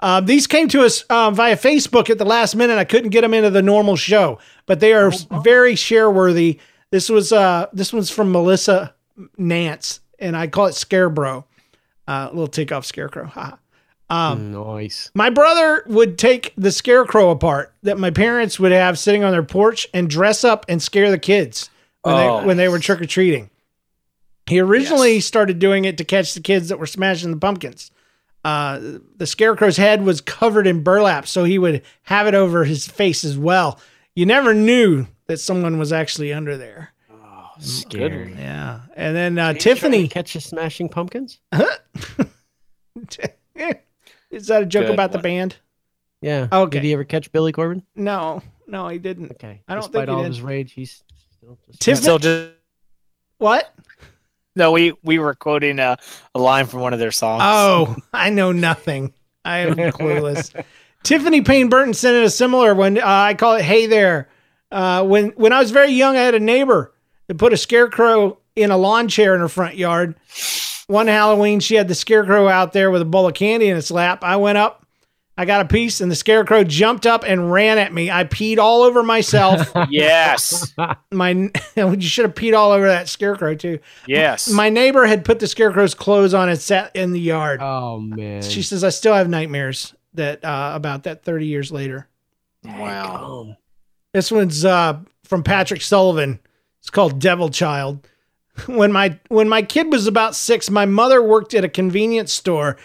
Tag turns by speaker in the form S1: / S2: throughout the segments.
S1: Um, these came to us um, via Facebook at the last minute. I couldn't get them into the normal show, but they are s- very share worthy. This was uh, this one's from Melissa Nance, and I call it Scarebro, uh, little takeoff scarecrow. Haha. Um,
S2: Mm, nice.
S1: My brother would take the scarecrow apart that my parents would have sitting on their porch and dress up and scare the kids when,
S2: Oh.
S1: they, when they were trick or treating. He originally
S2: Yes.
S1: started doing it to catch the kids that were smashing the pumpkins. Uh, the scarecrow's head was covered in burlap, so he would have it over his face as well. You never knew that someone was actually under there.
S3: Oh,
S1: Mm,
S2: Scary.
S1: Yeah. And then uh,
S2: Are you trying to
S1: Tiffany.
S2: catch the smashing pumpkins.
S1: Is that a joke
S2: Good
S1: about the
S2: one.
S1: band?
S2: Yeah.
S1: Okay.
S2: Did he ever catch Billy Corbin?
S1: No, no, he didn't.
S2: Okay.
S1: I don't think
S2: Despite
S1: he
S2: all
S1: did.
S2: his rage, he's still just
S1: Tiff-
S3: Still just
S1: What?
S3: no. We we were quoting a, a line from one of their songs.
S1: Oh, I know nothing. I am clueless. Tiffany Payne Burton sent in a similar one. Uh, I call it "Hey There." Uh, when when I was very young, I had a neighbor that put a scarecrow in a lawn chair in her front yard. One Halloween, she had the scarecrow out there with a bowl of candy in its lap. I went up, I got a piece, and the scarecrow jumped up and ran at me. I peed all over myself.
S3: yes,
S1: My you should have peed all over that scarecrow too.
S3: yes.
S1: My neighbor had put the scarecrow's clothes on and sat in the yard.
S2: Oh man.
S1: She says, "I still have nightmares that uh, about that 30 years later."
S3: wow.
S1: This one's uh, from Patrick Sullivan. It's called Devil Child. When my when my kid was about six, my mother worked at a convenience store,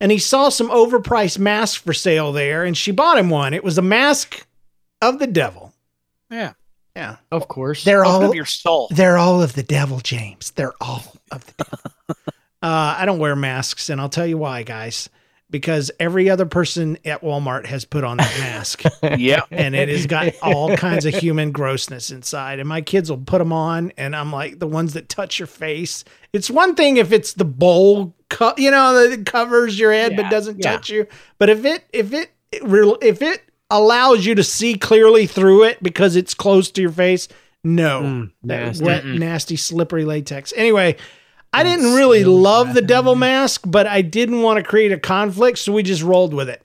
S1: and he saw some overpriced masks for sale there, and she bought him one. It was a mask of the devil.
S3: Yeah.
S1: yeah.
S2: Of course.
S1: They're
S3: Open
S1: all
S3: up your soul.
S1: they're all of the devil, James. They're all of the devil. uh, I don't wear masks, and I'll tell you why, guys. Because every other person at Walmart has put on that mask,
S3: yeah.
S1: and it has got all kinds of human grossness inside. And my kids will put them on, and I'm like the ones that touch your face. It's one thing if it's the bowl, co- you know, that covers your head but
S3: Yeah,
S1: doesn't
S3: yeah.
S1: touch you. But if it if it it re- if it allows you to see clearly through it because it's close to your face, no.
S2: Mm,
S1: That
S2: nasty.
S1: wet,
S3: Mm-mm.
S1: nasty, slippery latex. Anyway, I
S2: That's
S1: didn't really
S2: still
S1: love the
S2: bad.
S1: devil mask, but I didn't want to create a conflict, so we just rolled with it.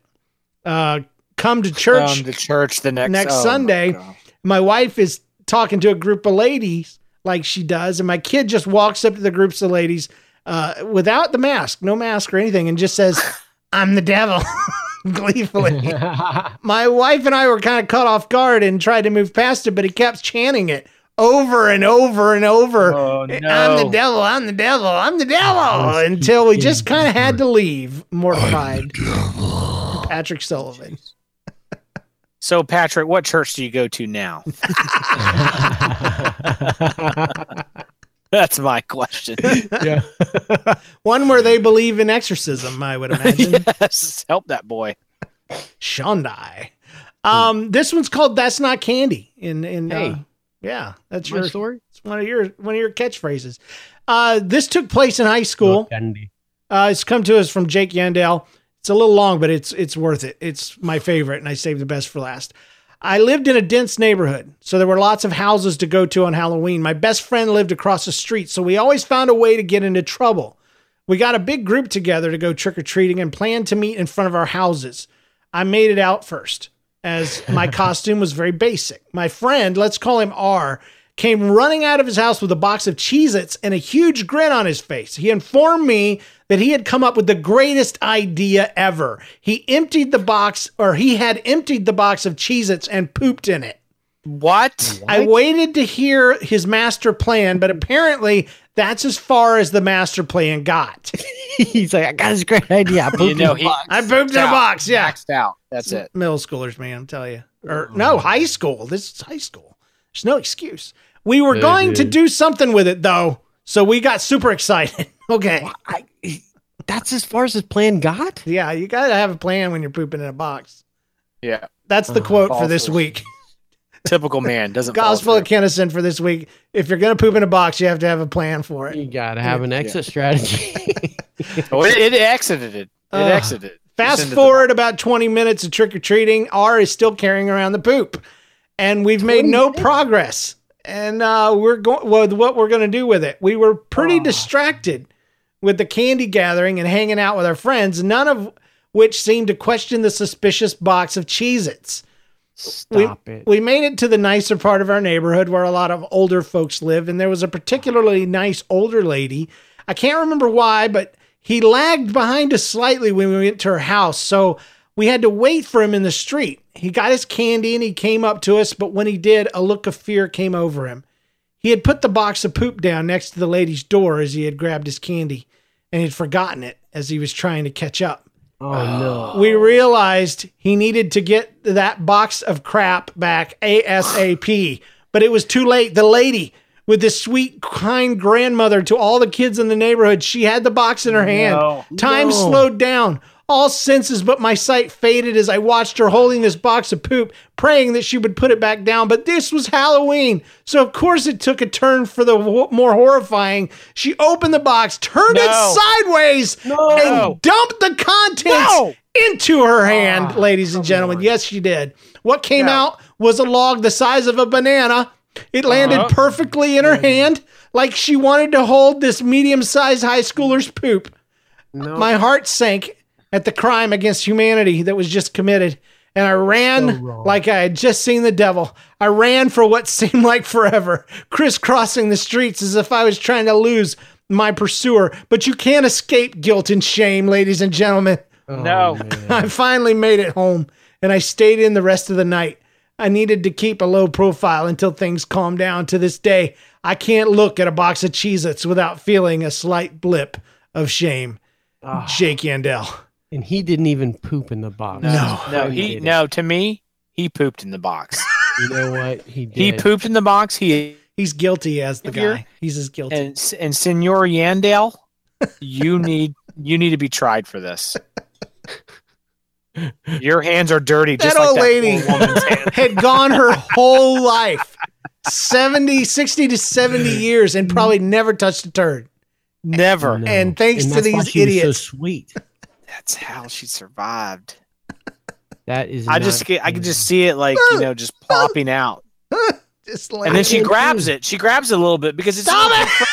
S1: Uh, come to church.
S3: Um, the church the next
S1: Next
S3: oh, my
S1: Sunday.
S3: God.
S1: my wife is talking to a group of ladies like she does, and my kid just walks up to the groups of ladies uh, without the mask, no mask or anything, and just says, "I'm the devil," gleefully. my wife and I were kind of caught off guard and tried to move past it, but he kept chanting it over and over and over.
S3: Oh,
S1: I'm the
S3: no.
S1: devil. I'm the devil. I'm the devil.
S2: Oh,
S1: Until we
S2: yeah,
S1: just kind of had to leave, mortified. Patrick Sullivan.
S3: So, Patrick, what church do you go to now? That's my question.
S2: yeah.
S1: One where they believe in exorcism, I would imagine.
S3: yes, help that boy.
S1: Shondai. Um, this one's called "That's Not Candy." In in
S2: Hey.
S1: uh, yeah, that's
S2: My
S1: your
S2: story.
S1: it's one of your one of your catchphrases. Uh, this took place in high school.
S2: Candy.
S1: Uh, it's come to us from Jake Yandel. It's a little long, but it's it's worth it. It's my favorite, and I saved the best for last. I lived in a dense neighborhood, so there were lots of houses to go to on Halloween. My best friend lived across the street, so we always found a way to get into trouble. We got a big group together to go trick or treating and planned to meet in front of our houses. I made it out first, as my costume was very basic. My friend, let's call him R, came running out of his house with a box of Cheez Its and a huge grin on his face. He informed me that he had come up with the greatest idea ever. He emptied the box, or he had emptied the box of Cheez Its and pooped in it.
S3: What?
S1: I waited to hear his master plan, but apparently that's as far as the master plan got.
S2: He's like, I got this great idea. I
S3: You
S2: pooped
S3: know,
S2: in a
S3: he
S2: box."
S1: I pooped in a
S3: Out.
S1: box, yeah.
S3: maxed out. That's it.
S1: Middle schoolers, man, I'm telling you.
S2: Oh.
S1: Or no, high school. This is high school. There's no excuse. We were
S2: Hey,
S1: going to
S2: dude.
S1: do something with it though, so we got super excited. okay.
S2: I, he- that's as far as his plan got.
S1: Yeah, you gotta have a plan when you're pooping in a box.
S3: Yeah.
S1: That's the
S2: Uh,
S1: quote for
S3: follow
S1: this
S3: through.
S1: week.
S3: Typical man doesn't. follow
S1: Gospel of
S3: through.
S1: Kennison for this week. If you're gonna poop in a box, you have to have a plan for it.
S2: You gotta have an
S3: Yeah.
S2: exit strategy.
S3: Oh, it, it exited. It
S1: Uh,
S3: exited. It's
S1: Fast
S3: into the-
S1: forward about 20 minutes of trick or treating. R is still carrying around the poop, and we've made
S2: 20
S1: no
S2: minutes?
S1: progress. And uh, we're going. Well, what we're going to do with it? We were pretty
S2: Oh.
S1: distracted with the candy gathering and hanging out with our friends, none of which seemed to question the suspicious box of Cheez Its.
S2: Stop it.
S1: We made it to the nicer part of our neighborhood where a lot of older folks live, and there was a particularly nice older lady. I can't remember why, but he lagged behind us slightly when we went to her house, so we had to wait for him in the street. He got his candy and he came up to us, but when he did, a look of fear came over him. He had put the box of poop down next to the lady's door as he had grabbed his candy, and had forgotten it as he was trying to catch up
S2: oh no.
S1: we realized he needed to get that box of crap back ASAP. but it was too late. The lady with this sweet, kind grandmother to all the kids in the neighborhood, she had the box in her hand.
S3: No.
S1: Time
S2: No.
S1: slowed down. All senses but my sight faded as I watched her holding this box of poop, praying that she would put it back down. But this was Halloween, so of course it took a turn for the wh- more horrifying. She opened the box, turned
S3: No.
S1: it sideways,
S2: No.
S1: and dumped the contents
S3: No.
S1: into her hand,
S2: Ah,
S1: ladies and
S2: come
S1: gentlemen.
S2: on.
S1: Yes, she did. What came
S3: No.
S1: out was a log the size of a banana. It landed
S3: Uh-huh.
S1: perfectly in
S2: Mm.
S1: her hand, like she wanted to hold this medium sized high schooler's poop.
S2: No.
S1: My heart sank at the crime against humanity that was just committed, and I
S2: So
S1: ran
S2: wrong.
S1: like I had just seen the devil. I ran for what seemed like forever, crisscrossing the streets as if I was trying to lose my pursuer. But you can't escape guilt and shame, ladies and gentlemen.
S2: Oh,
S3: No.
S2: man.
S1: I finally made it home and I stayed in the rest of the night. I needed to keep a low profile until things calmed down. To this day, I can't look at a box of Cheez Its without feeling a slight blip of shame.
S2: Ah,
S1: Jake Yandell.
S2: and he didn't even poop in the box.
S1: No.
S3: No, he no. To me, he pooped in the box.
S2: You know what? He did.
S3: He pooped in the box. He
S1: He's guilty as the
S3: If you're-
S1: guy. He's as guilty.
S3: and and Senor Yandale, you need you need to be tried for this. Your hands are dirty, just
S1: That
S3: like
S1: old
S3: that
S1: lady.
S3: poor woman's hand.
S1: Had gone her whole life 70, 60 to 70 years and probably never touched a turd.
S3: Never.
S2: No.
S1: And thanks to
S2: that's why
S1: these
S2: she was
S1: idiots.
S2: so sweet.
S3: That's how she survived.
S2: That is.
S3: I just get, I can just see it like you know just plopping out,
S1: Just like
S3: and then she grabs it. She grabs it a little bit because it's
S1: Stop it!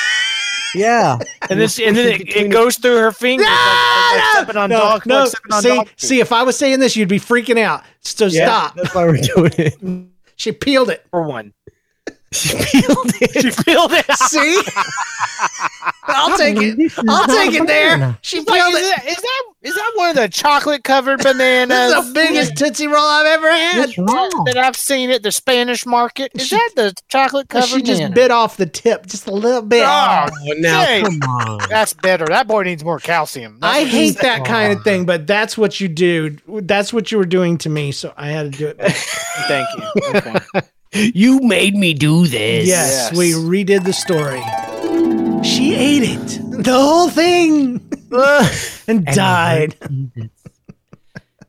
S2: Yeah.
S3: and then she, and then it, it goes through her fingers. like- like, like stepping on
S1: no,
S3: dog,
S1: no.
S3: like stepping on
S1: see,
S3: dog food.
S1: see, if I was saying this, you'd be freaking out. So stop.
S2: That's why we're doing it.
S1: She peeled it.
S3: for one.
S2: She peeled it.
S3: She peeled it. Out.
S1: See? I'll take it. I'll take it there. She
S3: Like,
S1: peeled
S3: is,
S1: it.
S3: that, is that is that one of the chocolate covered
S1: This
S3: bananas
S1: is the biggest Tootsie Roll I've ever had.
S2: What's wrong?
S3: that I've seen at the Spanish market? Is
S1: She-
S3: that the chocolate
S1: And She
S3: covered
S1: just
S3: banana?
S1: bit off the tip just a little bit.
S3: Oh,
S2: now,
S3: Jake,
S2: come on.
S3: that's better. That boy needs more calcium. That's
S1: I
S3: what
S1: hate
S3: she said.
S1: that kind of thing, but that's what you do. That's what you were doing to me, so I had to do it.
S3: Thank you. Okay.
S2: You made me do this.
S1: Yes,
S3: Yes.
S1: we redid the story. She ate it, the whole thing, and
S2: And
S1: died.
S3: Mm.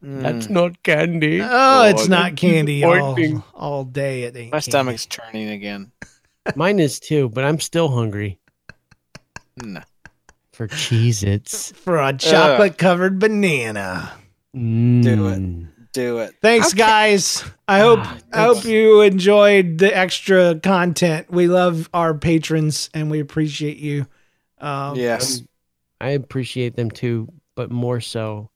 S2: That's not candy.
S1: Oh, it's
S3: God.
S1: not candy all,
S2: Disappointing.
S1: all day. It ain't
S3: My
S1: candy.
S3: stomach's turning again.
S2: Mine is too, but I'm still hungry
S3: No.
S2: for Cheez Its.
S1: for a chocolate covered banana.
S2: Mm.
S3: Do it.
S1: Thanks,
S2: Okay.
S1: guys. I hope
S2: Ah,
S1: I hope you enjoyed the extra content. We love our patrons and we appreciate you. Um,
S3: yes.
S2: I appreciate them too, but more so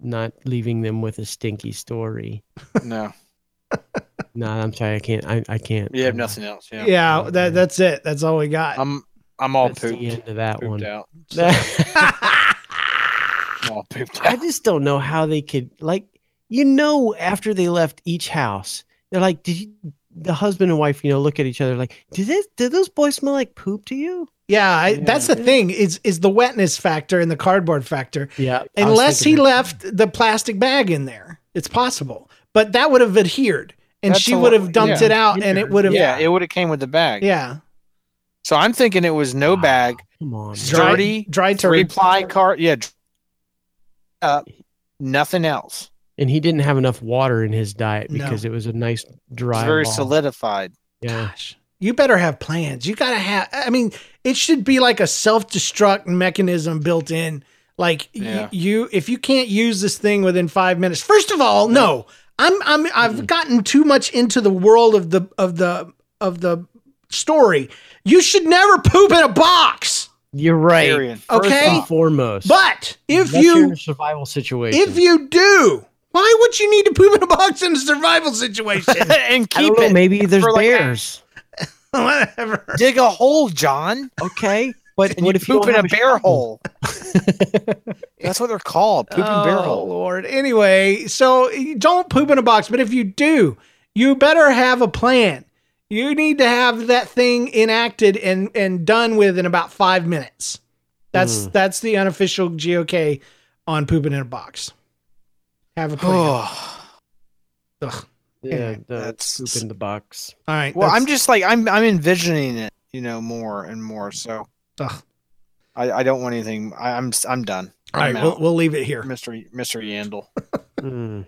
S2: not leaving them with a stinky story.
S3: No.
S2: No, I'm sorry. I can't. I, I can't. um,
S3: You have nothing else.
S1: Yeah,
S3: Yeah. Oh.
S1: that that's it. That's all we got.
S3: I'm I'm all
S2: That's
S3: pooped,
S2: the end of that one.
S3: pooped out.
S1: yeah,
S3: I'm all pooped
S2: I
S3: out.
S2: just don't know how they could like you know after they left each house they're like did you the husband and wife you know look at each other like did this did those boys smell like poop to you
S1: I, that's the thing is is the wetness factor and the cardboard factor.
S2: yeah
S1: Unless he left the plastic bag in there, it's possible. But that would have adhered, and
S3: That's
S1: she
S3: a
S1: would
S3: lot-
S1: have dumped
S2: yeah.
S1: it out, and it would have
S3: Yeah, it would have came with the bag.
S1: yeah
S3: So I'm thinking it was no
S2: Wow.
S3: bag,
S2: come on
S3: Stra- Dirty,
S1: dry, dry
S3: three
S1: turd.
S3: ply cart. Yeah. dr- Uh, nothing else.
S2: and he didn't have enough water in his diet
S1: No.
S2: because it was a nice
S3: It's
S2: dry
S3: very
S2: ball.
S3: solidified.
S2: yeah
S1: Gosh, you better have plans. You gotta have. I mean, it should be like a self-destruct mechanism built in. Like y-
S3: Yeah.
S1: you, if you can't use this thing within five minutes, first of all, no, I'm, I'm,
S2: Mm-hmm.
S1: I've gotten too much into the world of the, of the, of the story. You should never poop in a box.
S2: You're right.
S3: Period.
S1: Okay.
S2: And foremost.
S1: But if
S2: That's
S1: you
S2: your survival situation.
S1: if you do, why would you need to poop in a box in a survival situation?
S3: and
S2: I don't
S3: keep
S2: know,
S3: it.
S2: maybe there's
S3: for like-
S2: bears.
S1: Whatever.
S3: Dig a hole, John.
S2: okay. But
S3: And
S2: what
S3: you
S2: if you
S3: poop
S2: don't
S3: in a
S2: have
S3: bear
S2: shovel?
S3: hole? That's what they're called. Poop in bear
S1: Oh,
S3: hole.
S1: Lord. Anyway, so you don't poop in a box, but if you do, you better have a plan. You need to have that thing enacted and and done with in about five minutes. That's
S3: Mm.
S1: that's the unofficial GOK on pooping in a box. Have a
S3: Oh.
S1: plan. Ugh.
S2: Yeah,
S3: That's-
S2: that's poop in the box.
S1: All right.
S3: well, I'm
S1: that's-
S3: just like I'm. I'm envisioning it, you know, more and more. So
S1: ugh.
S3: I, I don't want anything. I, I'm. s- I'm done.
S1: All right.
S3: I'm
S1: We'll,
S3: out.
S1: we'll leave it here.
S3: Mr. Mr. Yandel.
S2: Mm.